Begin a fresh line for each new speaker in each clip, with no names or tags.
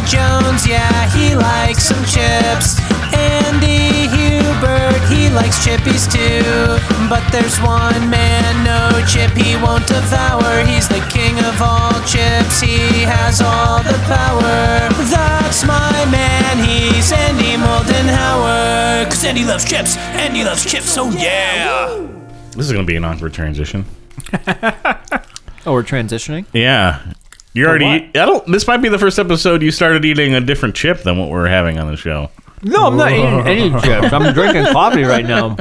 games, yeah, he likes some chips. Andy Hubert, he likes chippies too. But there's one man, no chip he won't devour. He's the king of all chips, he has all the power. That's my man, he's Andy Moldenhauer. Cause Andy loves chips, Andy loves chips, oh yeah!
This is going to be an awkward transition.
Oh, we're transitioning.
Yeah. You're already. I don't. This might be the first episode you started eating a different chip than what we're having on the show.
No, I'm not eating any chips. I'm drinking coffee right now.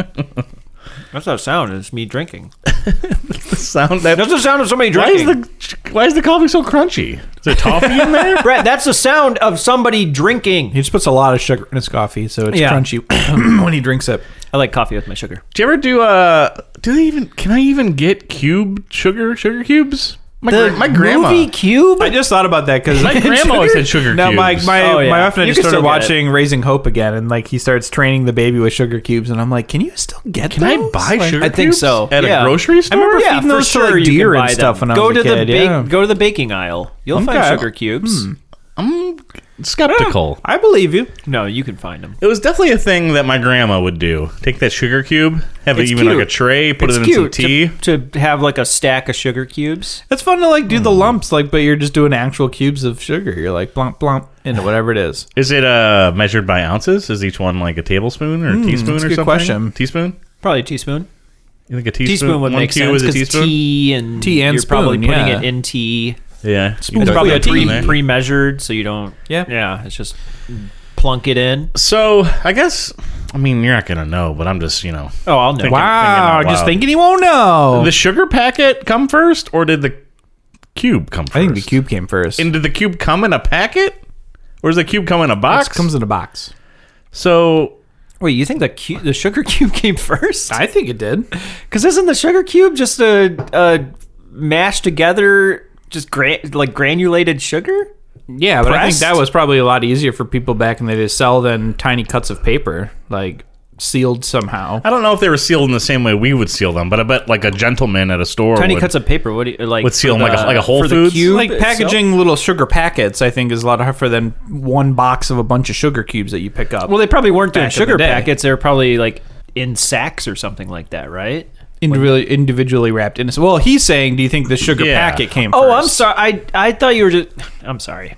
That's not sound. It's me drinking.
Sound that.
That's the sound of somebody
Why is
drinking.
the Why is the coffee so crunchy? Is there toffee in there?
Brett, that's the sound of somebody drinking.
He just puts a lot of sugar in his coffee, so it's
Yeah.
crunchy when he drinks it.
I like coffee with my sugar.
Do you ever do uh do they even can I even get cube sugar sugar cubes? My gra- my grandma
movie Cube.
I just thought about that because
My grandma always had sugar
No, my
cubes.
my,
Oh, yeah.
my wife and I
You
just
can
started
still get it.
watching Raising Hope again, and like he starts training the baby with sugar cubes, and I'm like, can you still get?
Can I
those?
buy
Like,
sugar
I think
cubes
so,
at
yeah.
a grocery
I
store?
remember
yeah,
feeding
for
those to
sure
like
you can
deer
buy
and
them.
stuff when I
go
was
to
a kid.
the bake,
yeah.
go to the baking aisle. You'll find
Okay. Hmm.
sugar cubes.
I'm skeptical.
Ah.
I believe you.
No, you can find them.
It was definitely a thing that my grandma would do. Take that sugar cube, have
It's
it even like
cute.
a tray, put
it's
it in some
cute
tea.
To, to have like a stack of sugar cubes.
It's fun to like do the lumps, like, but you're just doing actual cubes of sugar. You're like blomp blomp into whatever it is.
Is it uh measured by ounces? Is each one like a tablespoon or a teaspoon
Hmm, that's a
or
good
something?
question.
Teaspoon?
Probably a teaspoon.
You think a teaspoon?
Teaspoon would
one
make
cube
sense
is a
because
teaspoon?
tea and
Tea and
you're probably
spoon,
putting
yeah.
it in tea.
yeah.
Spoon.
It's
Put
probably
a tea
pre
in there.
pre measured, so you don't.
Yeah.
yeah. It's just plunk it in.
So I guess I mean you're not gonna know, but I'm just you know
Oh, I'll know.
Wow. out
just
loud.
thinking he won't know.
the sugar packet come first, or did the cube come first?
I think the cube came first.
And did the cube come in a packet, or does the cube come in a box?
It comes in a box.
so
Wait, you think the cu- the sugar cube came first?
I think it did.
Because isn't the sugar cube just a, a mashed together, just gra- like granulated sugar?
Yeah, but I think
Pressed?
that was probably a lot easier for people back in the day to sell than tiny cuts of paper, like sealed somehow.
I don't know if they were sealed in the same way we would seal them, but I bet like a gentleman at a store
Tiny
would,
cuts of paper. What do you like?
would seal
for
them like a,
the-
like a Whole
for the
Foods.
cube?
Like
itself?
packaging little sugar packets, I think is a lot tougher than one box of a bunch of sugar cubes that you pick up.
Well, they probably weren't doing
Back in the
sugar
day.
packets. They were probably like in sacks or something like that, right?
individually, individually wrapped in. Well, he's saying, do you think the sugar
Yeah.
packet came?
Oh, i I'm
first?
sorry. I I thought you were just. I'm sorry.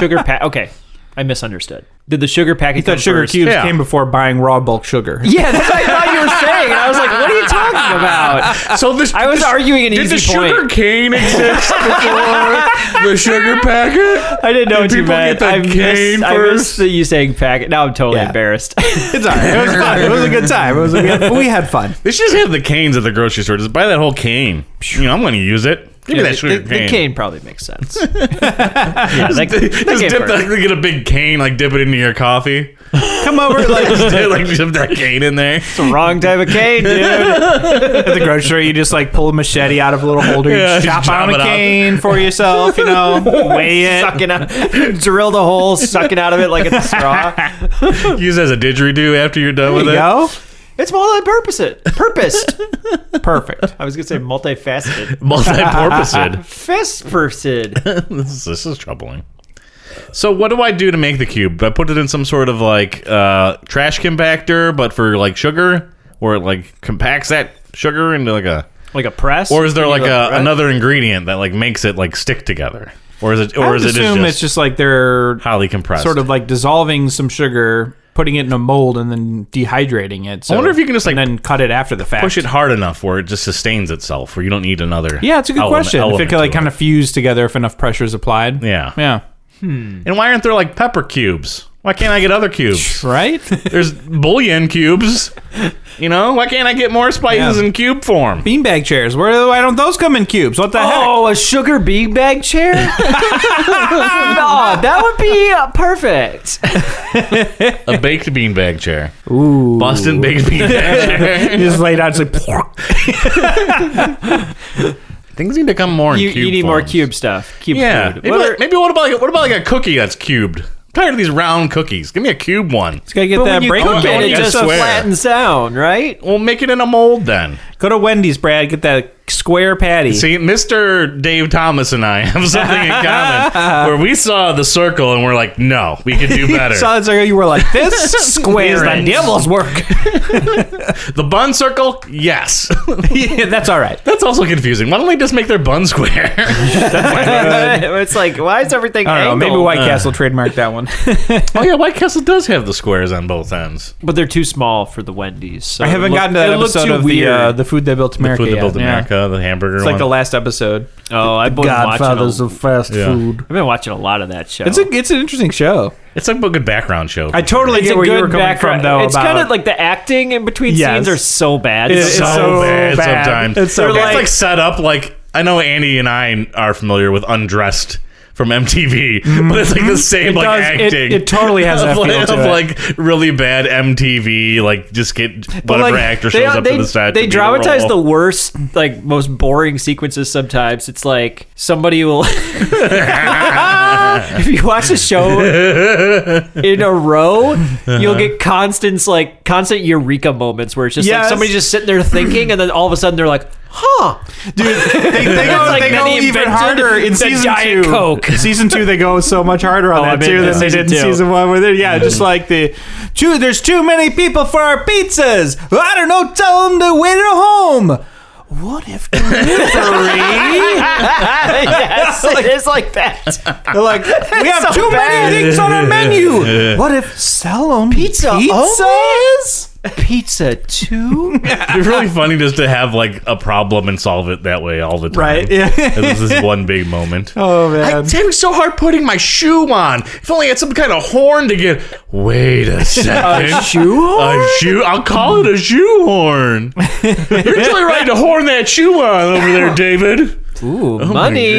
sugar pack. Okay, I misunderstood. Did the sugar packet? You
That sugar
first?
cubes
Yeah.
came before buying raw bulk sugar.
Yeah, that's what I thought you were saying. And I was like, what are you talking about?
So this,
I was
this-
arguing an
did the
easy point.
sugar cane exist before the sugar packet?
I didn't know what you
people get
meant.
the
I missed,
cane
I missed
first?
that you saying packet. Now I'm totally
Yeah.
embarrassed.
It's all right. It was fun. It was a good time. It was a good, we had fun.
They should just have the canes at the grocery store. Just buy that whole cane. You know, I'm going to use it. Give me that
the,
sugar
the
cane.
cane probably makes sense. yeah, that, that
Just
came
dip
first.
that, get a big cane, like dip it into your coffee.
Come over like
Just dip- like dip that cane in there.
Wrong type of cane, dude.
at the grocery store, you just like pull a machete out of a little holder, you
Yeah,
chop
just chop
on
it
a
up.
cane for yourself, you know, weigh it.
sucking out, drill the hole, sucking out of it like it's a straw.
Use it as a didgeridoo after you're done
There
with
you
it.
go.
It's multi-purpose. It purposed.
Perfect.
I was gonna say multifaceted.
Multi-porpoised.
Fist person.
this, is- this is troubling. So what do I do to make the cube? Do I put it in some sort of like uh, trash compactor, but for like sugar, where it like compacts that sugar into like a,
Like a press.
or is there
Can you
like
go
a,
press?
another ingredient that like makes it like stick together, or is it,
I
or
would
is it is
assume
just,
it's just like they're
highly compressed?
sort of like dissolving some sugar, putting it in a mold, and then dehydrating it. So,
wonder if you can just,
and
like,
then cut it after the fact.
push it hard enough where it just sustains itself, where you don't need another.
Yeah, it's a good
element-
question. If it
element
could like
to
kind of fuse together if enough pressure is applied.
Yeah.
Yeah.
And why aren't there like pepper cubes? Why can't I get other cubes?
Right.
There's bullion cubes. You know, why can't I get more spices
Yeah.
in cube form?
Beanbag chairs. Where why don't those come in cubes? What the heck?
Oh, a sugar beanbag chair? no, that would be uh, perfect.
A baked beanbag chair. Ooh. Boston baked beanbag chair.
You just lay down, just like
Things need to come more in
You,
cube
you need more
forms.
cube stuff. Cube
Yeah.
food.
Maybe
What
what,
are-
like, maybe what about like what about like a cookie that's cubed? I'm tired of these round cookies. Give me a cube one.
Just gotta get
but
that
when you
breaking
cook
bad,
it,
bag.
it
I
just
swear.
flattens down, right?
Well, make it in a mold then.
Go to Wendy's, Brad. Get that
square patty.
See, Mr. Dave Thomas and I have something in common where we saw the circle and we're like, no, we can do better.
Saw it, so you were like, this square is the
Errands.
devil's work.
the bun circle, yes.
Yeah, that's all right.
That's also confusing. Why don't they just make their bun square?
it's like, why is everything? I don't know. Maybe
angled?
White Castle trademarked that one.
oh yeah, White Castle does have the squares on both ends.
But they're too small for the Wendy's. So
I haven't
it
gotten to that
it looked
episode
too
of
weird.
the uh, the food that built America.
Food that
yet.
built
Yeah.
America, the hamburger
It's
one.
like the last episode.
looked- oh, I've been
Godfathers
watching. A,
of fast
Yeah.
food.
I've been watching a lot of that show.
It's a it's an interesting show.
it's like a good background show.
I totally
It's
get
a
where you
good
were coming from
background-
though.
It's
about-
kind of like the acting in between
Yes.
scenes are so bad.
It-
It's
it's
so
so
bad,
bad.
sometimes.
It's so
It's
bad.
like set up like I know Andy and I are familiar with Undressed from MTV, but it's like the same like
does- Mm-hmm. it-
acting.
it totally has
of,
that
like,
feel to
of,
it.
like really bad MTV, like just get
But,
whatever
like,
actor
they-
shows up
they,
to the set.
They
to do
dramatize
role.
the worst, like most boring sequences. Sometimes it's like somebody will. if you watch a show in a row, you'll get constant, like constant eureka moments where it's just like
Yes.
somebody just sitting there thinking, and then all of a sudden they're like, "Huh."
they, they go,
It's like
they
then
go
he
even
invented
harder in
the
season
Diet
two.
Coke. Oh,
Season two, they go so much harder on that
bet
too
they
than they
season
did in
two. Mm.
season one. Where they're yeah, just like the two. There's too many people for our pizzas. I don't know. Tell them to wait at home. What if delivery?
yes, it is like that.
They're like, we have too
bad.
many things on our menu. What if sell them pizza pizzas?
Pizza two.
It's really funny just to have like a problem and solve it that way all the time.
Right, yeah.
this is one big moment.
Oh man.
It's having so hard putting my shoe on. If only I had some kind of horn to get. Wait a second. a shoe horn? A shoe? I'll call it a shoe horn. You're really right to horn that shoe on over there, David.
Ooh,
Oh
money.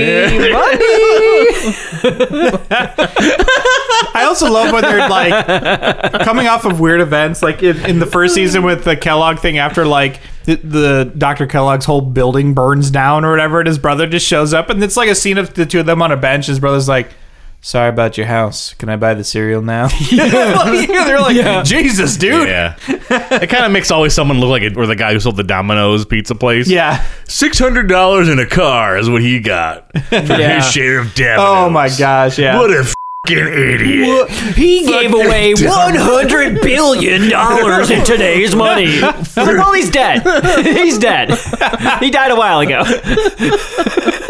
I also love when they're like coming off of weird events, like in, in the first season with the Kellogg thing. After like the, the Dr. Kellogg's whole building burns down or whatever, and his brother just shows up, and it's like a scene of the two of them on a bench. His brother's like. Sorry about your house. Can I buy the cereal now? Like, they're like, Jesus, dude.
Yeah. It kind of makes always someone look like it, or the guy who sold the Domino's pizza place.
Yeah.
$600 in a car is what he got for his share of Domino's.
Oh my gosh. Yeah.
What a fing idiot.
He gave away one hundred billion dollars in today's money. I was like, well, he's dead. He's dead. He died a while ago.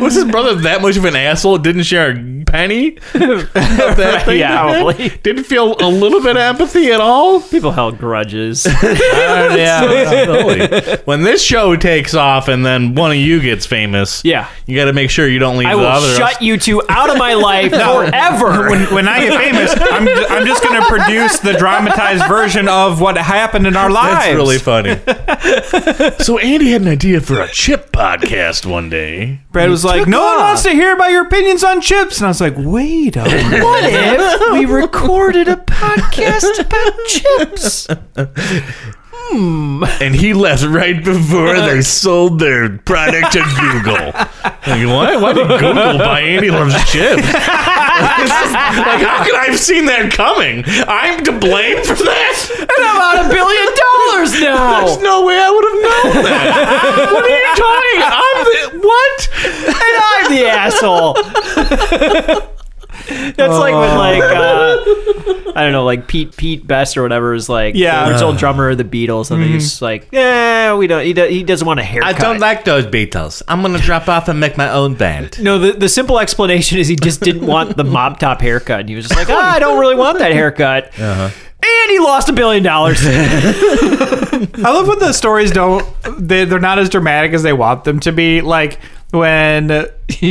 Was his brother that much of an asshole? Didn't share a penny? of that thing
yeah,
with him?
probably. Uh,
Didn't feel a little bit of empathy at all?
People held grudges.
when this show takes off and then one of you gets famous,
Yeah.
you got to make sure you don't leave
I
the
will
other.
shut you two out of my life forever.
when, when I get famous, I'm, I'm just going to produce the dramatized version of what happened in our lives.
That's really funny. so Andy had an idea for a chip podcast one day.
Brad was like, "No one wants to hear about your opinions on chips," and I was like, "Wait a minute."
What if we recorded a podcast about chips?
and he left right before they sold their product to Google. Like, why? Why did Google buy Andy Loves Chips? It's just like, how could I have seen that coming? I'm to blame for that.
I'm on a billion dollars now.
There's no way I would have known that. what are you talking? I'm the, what?
I'm the asshole. That's like when like uh, I don't know, like Pete Pete Best or whatever is like
Yeah.
the original drummer of the Beatles, and he's just like, yeah, we don't. He, do, he doesn't want a haircut.
like those Beatles. I'm gonna drop off and make my own band.
No, the, the simple explanation is he just didn't want the mop top haircut. And he was just like, ah, I don't really want that haircut. And he lost a billion dollars.
I love when the stories don't they, they're not as dramatic as they want them to be. Like when uh,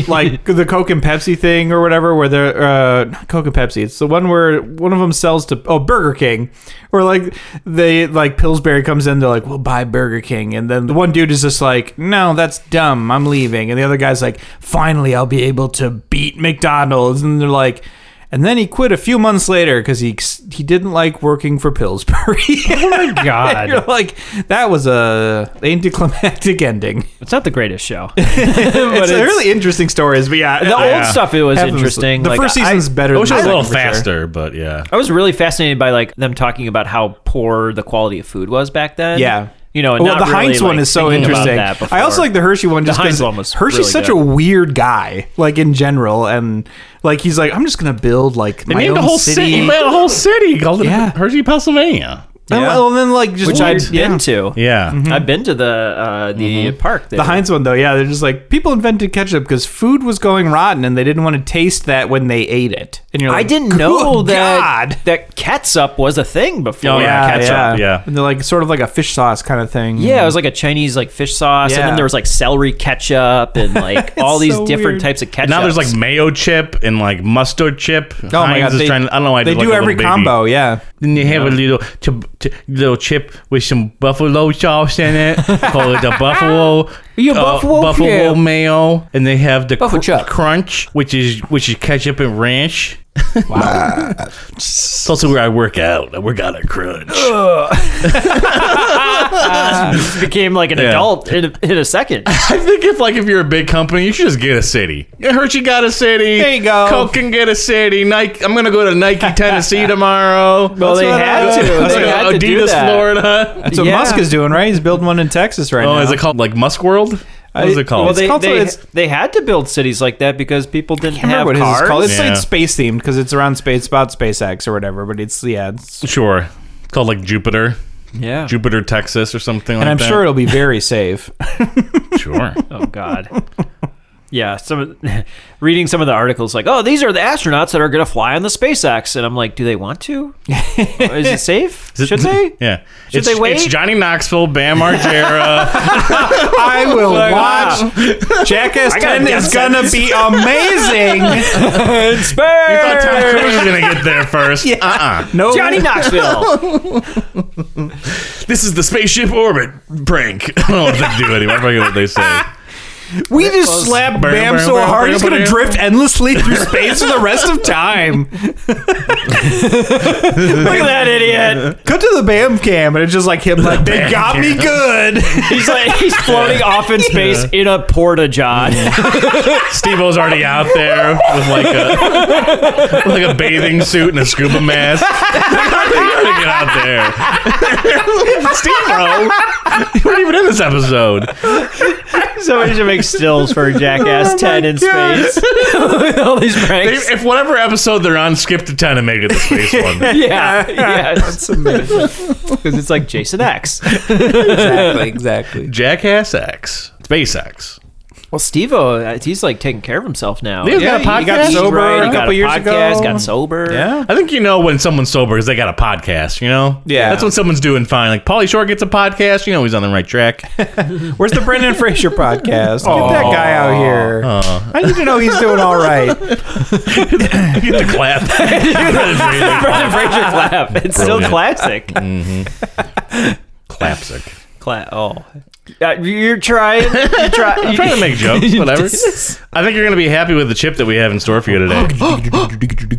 like the Coke and Pepsi thing or whatever, where they're uh, not Coke and Pepsi. It's the one where one of them sells to oh Burger King, where like they like Pillsbury comes in, they're like, "We'll buy Burger King," and then the one dude is just like, "No, that's dumb. I'm leaving," and the other guy's like, "Finally, I'll be able to beat McDonald's," and they're like. And then he quit a few months later because he he didn't like working for Pillsbury.
God.
You're like, that was a anticlimactic ending.
It's not the greatest show.
it's, a really interesting stories, but yeah,
The old stuff, it was interesting.
The
Like,
first
I-
season's better.
I
Than
wish it
the
was a little
second, for sure.
faster, but yeah.
I was really fascinated by like them talking about how poor the quality of food was back then.
Yeah.
You know, and
Well,
not
the
really,
Heinz
like,
one is so
thinking about
interesting.
that before.
I also like the Hershey one just
Heinz
because
one was
Hershey's
really
such
good.
a weird guy, like in general, and like he's like, I'm just gonna build like
They
my
named
own
a whole city.
city.
They made a whole city called
Yeah.
Hershey, Pennsylvania. Mm-hmm.
And,
Yeah.
well, and then like just
which I've
weird-
been
yeah. Mm-hmm.
to.
Yeah.
I've been to the uh, the park. There.
The Heinz one though, yeah, they're just like people invented ketchup because food was going rotten and they didn't want to taste that when they ate it. And you're like,
I didn't
"Good
know that
God.
that ketchup was a thing before.
Oh, yeah,
ketchup.
yeah. yeah.
And they're like sort of like a fish sauce kind of thing.
Yeah, it was like a Chinese like fish sauce, and
Mm-hmm. Yeah.
then there was like celery ketchup and like all these
so
different
weird.
types of ketchup.
Now there's like mayo chip and like mustard chip.
Oh my god!
Heinz is
They,
trying to- I don't know why
they
did, like,
do
a
every
little baby.
combo, yeah.
Then you have a little chip, t- little chip with some buffalo sauce in it. Call it the buffalo. uh,
Yeah, buffalo chip.
mayo, and they have the
Buffalo
cr-
chip.
crunch, which is which is ketchup and ranch. Wow, it's also where I work out. I work out at Crunch.
just became like an
Yeah.
adult in a, in a second.
I think if like if you're a big company, you should just get a city. Hershey got a city.
There you go.
Coke can get a city. Nike. I'm gonna go to Nike Tennessee tomorrow.
well,
That's
they
what
had
I-
to.
that's
They
what
had
Adidas,
to do that.
Florida.
That's what
Yeah.
Musk is doing, right? He's building one in Texas right
Oh,
now.
is it called like Musk World? What is
I-
it called?
Well,
It's
they
called-
they,
it's-
they had to build cities like that because people didn't
I
have
remember what his
cars.
is called. It's
Yeah.
like space themed because it's around space, about SpaceX or whatever. But it's yeah, it's,
Sure. It's called like Jupiter,
Yeah.
Jupiter, Texas, or something like
and I'm
that.
sure it'll be very safe.
sure.
Oh God. Yeah, some of- reading some of the articles like, oh, these are the astronauts that are going to fly on the SpaceX, and I'm like, do they want to? Is it safe?
Is it-
Should they?
Yeah.
Should
it's,
they wait?
It's Johnny Knoxville, Bam Margera.
I will watch Jackass
gotta
10 is
guess
gonna be amazing.
I thought Tom Cruise was gonna get there first. Uh-uh.
No,
Johnny Knoxville.
This is the spaceship orbit prank. I don't know what they do anymore. I forget what they say.
we just slapped
Bam,
Bam
bam,
so
bam,
hard
bam,
he's gonna
bam.
drift endlessly through space for the rest of time.
Look at that idiot.
Cut to the Bam cam, and it's just like him, like they got me good.
He's like he's floating off in space in a porta john.
Steve O's already out there with like a with like a bathing suit and a scuba mask. How did he already get out there? Steve O, you weren't even in this episode.
Somebody should make stills for Jackass 10 in space. All these
They,
pranks.
if whatever episode they're on, skip to ten and make it the space one.
yeah, yeah. That's amazing. Because it's like Jason X.
exactly, exactly.
Jackass X, SpaceX.
Well, Steve O, he's like taking care of himself now.
They've
Yeah,
got a
he got
podcast.
He's
sober
right,
a
he got
couple years ago.
podcast, Got sober.
Yeah.
I think you know when someone's sober because they got a podcast. You know,
Yeah.
that's when someone's doing fine. Like Pauly Shore gets a podcast, you know he's on the right track.
Where's the Brendan Fraser podcast? Get that guy out here. I need to know he's doing all right.
you have to clap.
Brendan Fraser clap. It's still
Brilliant. Mm.
classic.
Clapsic.
Clap. Oh, Uh, you're trying. You're
I'm
trying.
trying to make jokes, whatever. I think you're gonna be happy with the chip that we have in store for you today.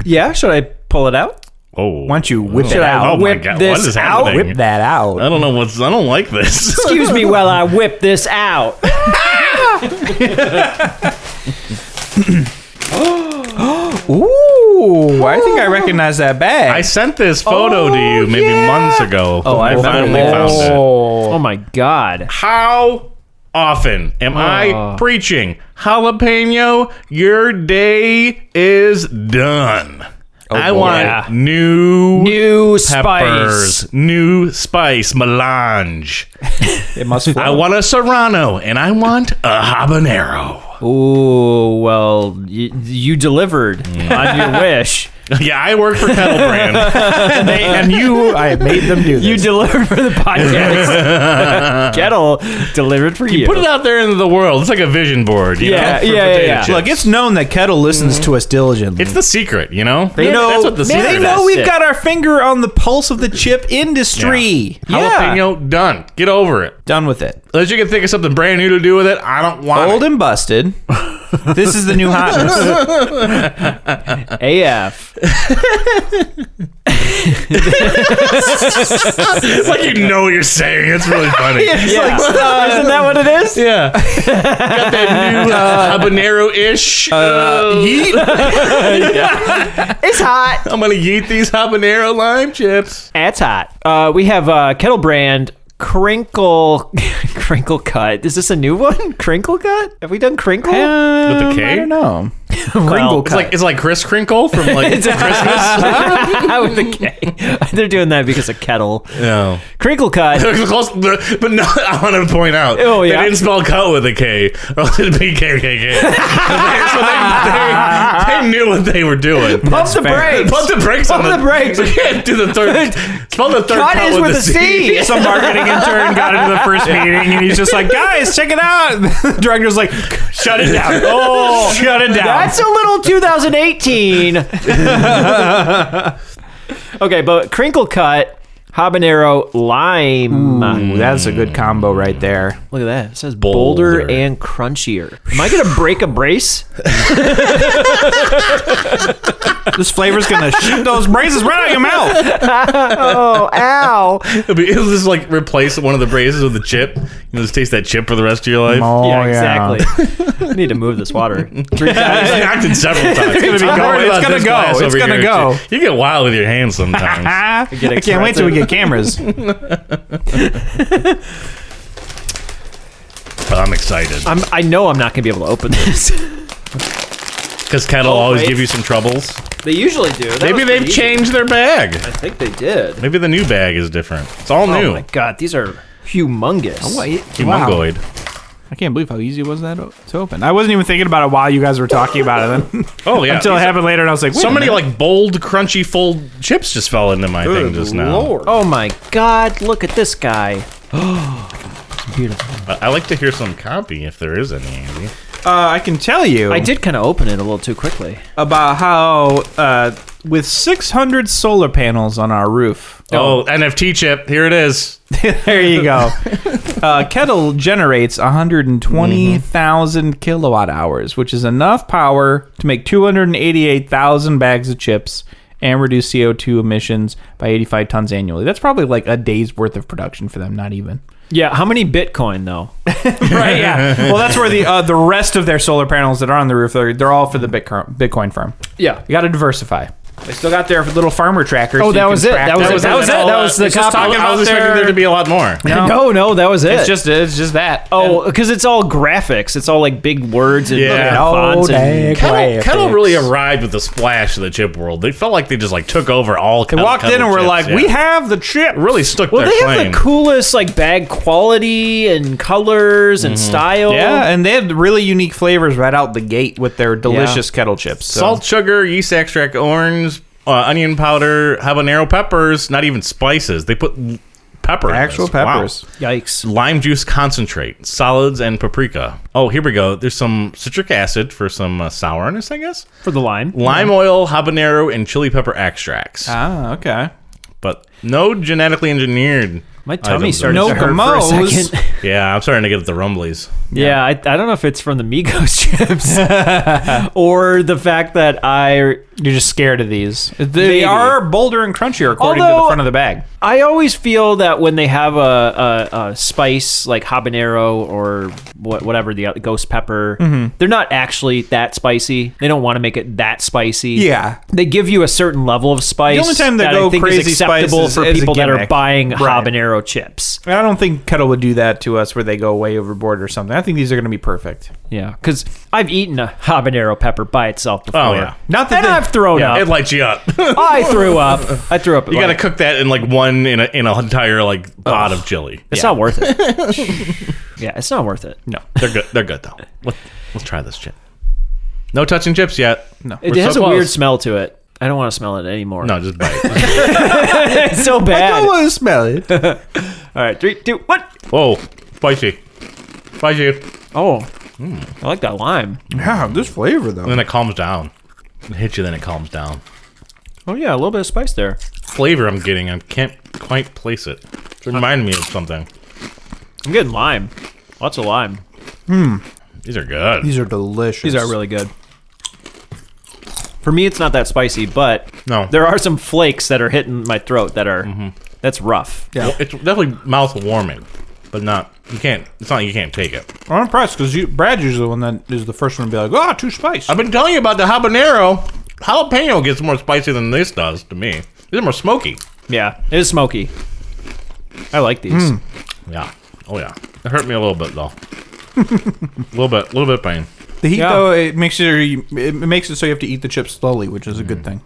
yeah. Should I pull it out?
Oh,
Why don't you whip it
I
out? Uh,
oh my
whip
god,
this
what is
out?
happening?
Whip that out.
I don't know what's. I don't like this.
Excuse me while I whip this out.
Ooh, I think I recognize that
I
bag.
sent this photo to you maybe months ago. Oh,
I remember
finally
this.
found it.
oh.
Oh my god.
How often am I preaching jalapeno? Your day is done. I want
Yeah.
new
New
peppers,
spice.
new spice, melange.
It must
I want a serrano and I want a habanero.
Ooh, well, you, you delivered
Mm.
on your wish.
Yeah, I work for Kettle Brand. They- and you,
I made them do this.
You delivered for the podcast. Kettle delivered for you.
put it out there into the world. It's like a vision board. you
Yeah,
know, for
yeah, yeah,
potato
yeah.
chips.
Look, it's known that Kettle listens to us diligently.
it's the secret, you know.
they know,
that's what the
they
secret is.
know we've
it.
got our finger on the pulse of the chip industry.
Yeah.
Jalapeno done. Get over it.
Done with it.
Unless you can think of something brand new to do with it, I don't want
Old
it.
and busted. this is the new hotness.
AF.
It's like you know what you're saying. It's uh, really funny. yeah.
Yeah. Isn't that what it is?
Got that new uh, habanero ish. Uh, yeet.
It's hot.
I'm gonna yeet these habanero lime chips.
It's hot. Uh, we have uh, Kettle Brand crinkle crinkle cut. Is this a new one? Crinkle cut? Have we done crinkle?
With the
Um, I
K?
don't know.
Well,
It's like it's like Chris Crinkle from like Christmas.
with the K. They're doing that because of kettle.
no.
Crinkle cut.
Close, but no, I want to point out.
Oh, yeah?
They didn't spell cut with a K, or else it'd be KKK. so they, they, they knew what they were doing.
Pump the brakes.
Pump the brakes
Pump
on
the brakes.
You can't do the third. Spell the third
Cut
cut
is
with,
with
a
a C.
Some marketing intern got into the first meeting and he's just like, guys, check it out. And the director's like, shut it down. Oh, shut it down.
That's a little 2018. okay, but crinkle cut, habanero lime.
that's a good combo right there.
Look at that. It says bolder,
Bolder.
and crunchier. Am I gonna break a brace?
This flavor's gonna shoot those braces right out of your mouth.
Oh, ow!
It'll, be, it'll just like replace one of the braises with a chip. You'll just taste that chip for the rest of your life.
Oh,
yeah, exactly. I need to move this water. Three times.
It's acted several times. It's
gonna be going. It's gonna go. It's gonna go.
You get wild with your hands sometimes.
Ah, I can't wait till we get cameras.
But I'm excited
I'm, I know I'm not gonna be able to open this.
because Kettle always
wait.
give you some troubles.
they usually do. That
Maybe
was
they've
pretty easy.
changed their bag.
I think they did.
Maybe the new bag is different. It's all
Oh
new.
my god, these are humongous.
Humongoid.
I can't believe how easy was that o- to open. I wasn't even thinking about it while you guys were talking about it. Then.
Oh yeah.
Until it
These-
happened later, and I was like, wait
so
a
many
minute.
like bold, crunchy, full chips just fell into my thing just now.
Oh my god, look at this guy. Beautiful.
I I like to hear some copy if there is any. Andy.
Uh, I can tell you
I did kind of open it a little too quickly.
about how uh, with 600 solar panels on our roof.
Oh, NFT chip. Here it is.
there you go. Uh, kettle generates 120,000 kilowatt hours, which is enough power to make 288,000 bags of chips and reduce CO2 emissions by 85 tons annually. That's probably like a day's worth of production for them, not even.
Yeah, how many Bitcoin though?
right, yeah. Well, that's where the uh, the rest of their solar panels that are on the roof, they're, they're all for the Bitcoin, Bitcoin farm.
Yeah.
You got to diversify. They still got their little farmer trackers.
Oh,
so you
that
can
was it.
track
That was it.
their-
That was it. That was the
It's just
copy.
talking
I
about
was
there.
expecting
there to be a lot more.
No.
No, Oh, no, that was it.
It's just it's just that.
oh, because it's all graphics. It's all like big words and
Yeah.
fucking
Oh,
fonts. And,
Kettle, Kettle really arrived with the splash of the chip world. They felt like they just like took over all.
They walked in and we're like, "We have the chip."
really stuck
well,
their
they
claim.
have the coolest like bag quality and colors and style.
Mm-hmm. Yeah, and they had really unique flavors right out the gate with their delicious kettle chips. So.
Salt, sugar, yeast extract, orange, uh, onion powder, habanero peppers. Not even spices. They put l- pepper. in
actual
this. Wow.
peppers.
Yikes.
Lime juice concentrate, solids, and paprika. Oh, here we go. There's some citric acid for some uh, sourness, I guess.
For the lime.
Lime oil, habanero, and chili pepper extracts.
Ah, okay.
but no genetically engineered.
My tummy
items.
started
No
to hurt for a
gamos.
second.
Yeah, I'm starting to get the rumblies.
Yeah, I, I don't know if it's from the Migos chips or the fact that I
You're just scared of these. They
Maybe.
are bolder and crunchier according to the
Although-
front of the bag.
I always feel that when they have a, a, a spice like habanero or what, whatever the other- ghost pepper,
Mm-hmm.
they're not actually that spicy. They don't want to make it that spicy.
Yeah.
they give you a certain level of spice.
only time they
that
go
I think
crazy
is
spice
acceptable
is-
for
is a
people that are
gimmick.
buying
Right.
habanero chips.
I don't think kettle would do that to us where they go way overboard or something. I think these are going to be perfect.
Yeah, because I've eaten a habanero pepper by itself before.
Oh, yeah.
Not that
And
they-
I've thrown
It
up.
lights you up. you
I threw up. I threw up.
gotta cook that in like one in a in a entire like pot of chili.
It's not worth it. yeah, it's not worth it.
no.
They're good. They're good though. Let, let's try this chip. No touching chips yet.
No.
It
We're
has
so
a
close.
weird smell to it. I don't want to smell it anymore.
No, just bite.
it's so bad. All
want to smell it.
right, three, two, one.
Whoa, spicy, spicy. And
Oh, I like that lime.
yeah, this flavor though.
then it calms down. It hits you, then it calms down.
Oh yeah, a little bit of spice there.
Flavor I'm getting, I can't quite place it. It reminded me of something.
I'm getting lime. Lots of lime.
These are good.
These are delicious.
These are really good. For me, it's not that spicy, but
No.
there are some flakes that are hitting my throat that are that's rough.
Mm-hmm. Yeah.
It's definitely mouth warming, but not. You can't. It's not. like You can't take it.
I'm impressed because you, Brad's usually the one that is the first one to be like, "Ah, too spice."
I've been telling you about the habanero. Jalapeno gets more spicy than this does to me. These are more smoky.
Mm.
Yeah, it is smoky. I like these.
Yeah. Oh yeah. It hurt me a little bit though. a little bit. A little bit pain.
The heat
Yeah.
though it makes sure you, it makes it so you have to eat the chips slowly, which is a good thing.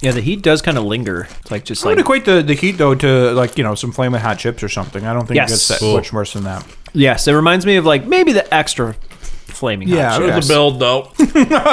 Yeah, the heat does kind of linger. It's like just
I would
like
equate the, the heat though to like you know some flaming hot chips or something. I don't think
Yes.
it gets that
Cool.
much worse than that.
yes, it reminds me of like maybe the extra flaming. hot
Yeah,
shit.
it was
The build though.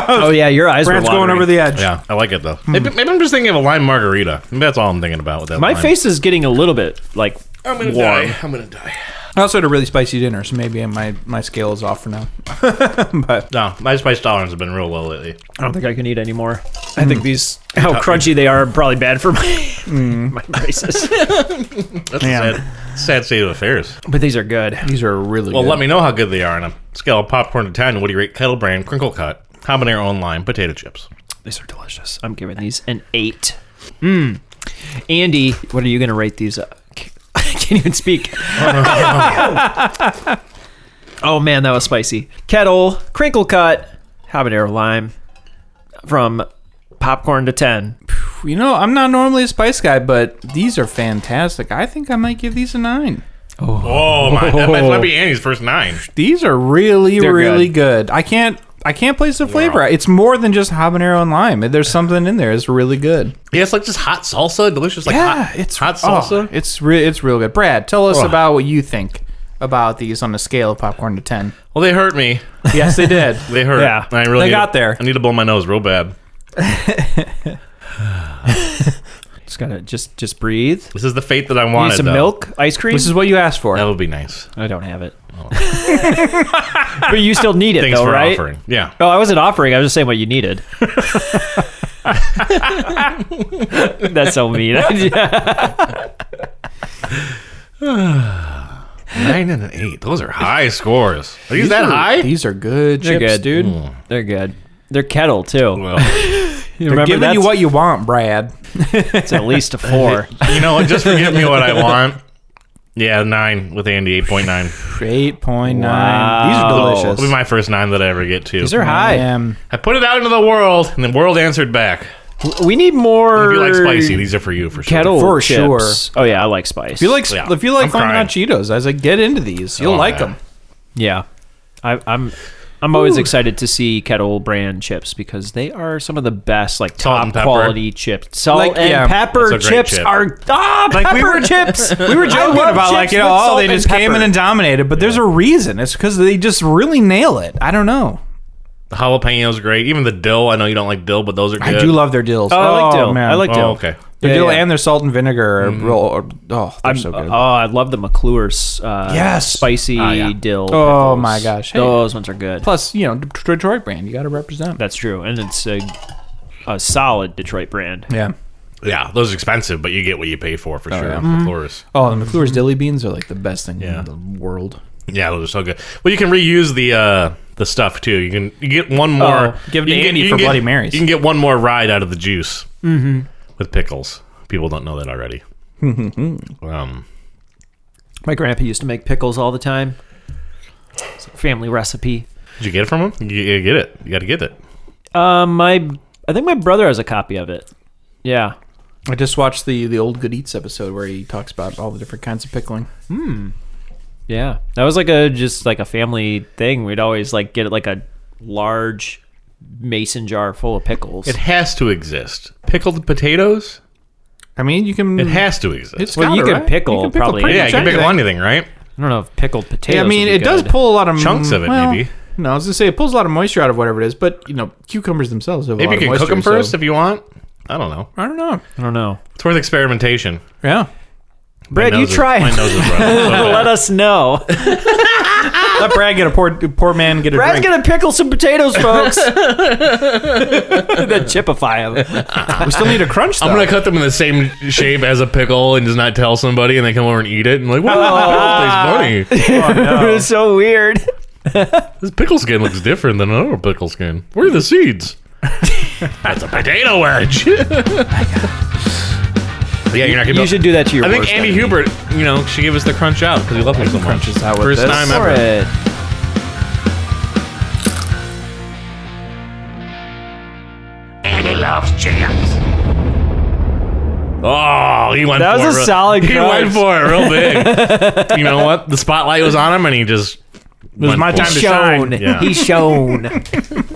Oh yeah, your eyes
Brandt's
were
going
watering.
over the edge.
yeah, I like it though. Maybe, maybe I'm just thinking of a lime margarita. Maybe that's all I'm thinking about with that.
Hmm. My
lime.
face is getting a little bit like
I'm gonna
warm.
die. I'm gonna die.
I also had a really spicy dinner, so maybe my my scale is off for now. but
No, my spice tolerance has been real low lately.
I don't think I can eat anymore. I think these how crunchy they are are probably bad for my my braces.
That's a sad, sad state of affairs.
but these are good.
these are really
Well, let me know how good they are on a scale of popcorn to ten. What do you rate Kettle Brand crinkle cut habanero and lime potato chips?
These are delicious. I'm giving these an eight. Mmm. Andy, what are you gonna rate these? Up? I can't even speak. oh man, that was spicy. Kettle crinkle cut habanero lime from popcorn to ten.
You know, I'm not normally a spice guy, but these are fantastic. I think I might give these a nine.
Oh my! That might, might be Andy's first nine.
These are really,
They're
really good. I can't. I can't place the flavor. It's more than just habanero and lime. There's something in there. It's really good.
Yeah, it's like just hot salsa, delicious. Like hot, hot
oh,
salsa.
it's re- it's real good. Brad, tell us
Oh.
about what you think about these on a scale of popcorn to ten.
Well, they hurt me.
Yes, they did.
They hurt.
Yeah.
I really
They
need
got
to-
there.
I need to blow my nose real bad.
Just gotta just just breathe.
This is the fate that I
You
wanted.
need some
though.
milk, ice cream.
this is what you asked
That
for.
would be nice.
I don't have it.
Oh.
but you still need it
Thanks
though,
for
right?
offering. Yeah.
Oh, I wasn't offering. I was just saying what you needed. That's so mean.
Nine and an eight. Those are high scores. Are these that
Ooh,
high?
These are good
They're
chips,
good.
dude.
They're good. They're kettle too.
Well,
You
Mm. They're
remember
giving
that's,
you what you want, Brad.
it's at least a four.
you know what? Just forgive me what I want. Yeah, nine with Andy, 8.9.
Eight point nine.
Wow.
These are
It'll be
delicious.
my first nine that I ever get to.
They're high.
Um,
I put it out into the world, and the world answered back.
We need more.
If you like spicy, these are for you for sure.
kettle
For
chips. Oh yeah, I like spice.
if you like,
Yeah.
if you like
I'm
flaming
crying.
hot Cheetos, I said get into these. You'll
Oh,
like
yeah.
them.
Yeah, I, I'm. I'm always excited to see kettle brand chips because they are some of the best, like
Salt
top
and pepper.
quality chips. Salt
Like,
and
yeah.
pepper
That's a great
chips
chip.
are ah, pepper chips.
We were
I
joking
love
about like
chips
you know,
with
oh,
salt
they
and
just came in
pepper.
and dominated, but there's a reason. It's because they just really nail it. I don't know.
The jalapeno's great. Even the dill. I know you don't like dill, but those are good.
I do love their dills.
Oh, I like dill. I like dill.
Oh, okay.
their
Yeah,
dill
yeah.
and their salt and vinegar. Are real, are- oh, they're
I'm-
so good.
Oh, I love the McClure's uh,
Yes.
spicy
Ah, yeah.
dill.
Oh,
pickles.
my gosh. Hey.
Those ones are good.
Plus, you know, D- Detroit brand. You got to represent.
That's true. And it's a, a solid Detroit brand.
Yeah.
Yeah, those are expensive, but you get what you pay for for sure.
yeah.
Mm-hmm.
Of course.
Oh, the McClure's dilly beans are like the best thing
Yeah.
in the world.
Yeah, those are so good. Well, you can reuse the uh, the stuff too. You can you get one more.
Oh, give it
you
to
can
Andy
you
for
can
Bloody Marys. Mm-hmm.
You can get one more ride out of the juice with pickles. People don't know that already. um,
My grandpa used to make pickles all the time. It's a family recipe.
did you get it from him? You, you get it. You got to get it.
Um, my I think my brother has a copy of it. Yeah.
I just watched the the old Good Eats episode where he talks about all the different kinds of pickling.
Yeah. That was like a just like a family thing. We'd always like get like a large mason jar full of pickles.
It has to exist. Pickled potatoes.
I mean, you can.
It has to exist.
Mm. it's
Well,
got
you
it,
can
right?
pickle probably
pretty
yeah,
much
you can pickle
anything.
anything, right?
I don't know if pickled potatoes.
Yeah, I mean,
would
it
be
does
good.
pull a lot of
Chunks of it,
well,
maybe.
No, I was gonna say it pulls a lot of moisture out of whatever it is, but you know, cucumbers themselves have a
Maybe
lot
you can
of
cook them
moisture,
first
so-
if you want. I don't know.
I don't know.
I don't know.
It's worth experimentation.
Yeah,
My
Brad, you
nose is-
try.
My nose is running.
Let us know.
let Brad get a poor poor man get a
Brad's
drink.
gonna pickle some potatoes, folks. then chipify them.
we still need a crunch. Though.
I'm gonna cut them in the same shape as a pickle and just not tell somebody, and they come over and eat it, and like, wow, that pickle tastes funny.
it's so weird.
This pickle skin looks different than another pickle skin. Where are the seeds? That's a potato wedge. yeah, you're not gonna.
You should do that to your.
I think
worst
Andy
enemy.
Hubert, you know, should give us the crunch out because he loved me so much.
Crunches out with
First
this.
time
For
ever.
it.
Oh, he went.
That
for
was
it
a
real-
solid
He
grudge.
went for it real big. you know what? The spotlight was on him, and he just. It
was my time to
shine.
shine.
shown.
Yeah.
He's shown.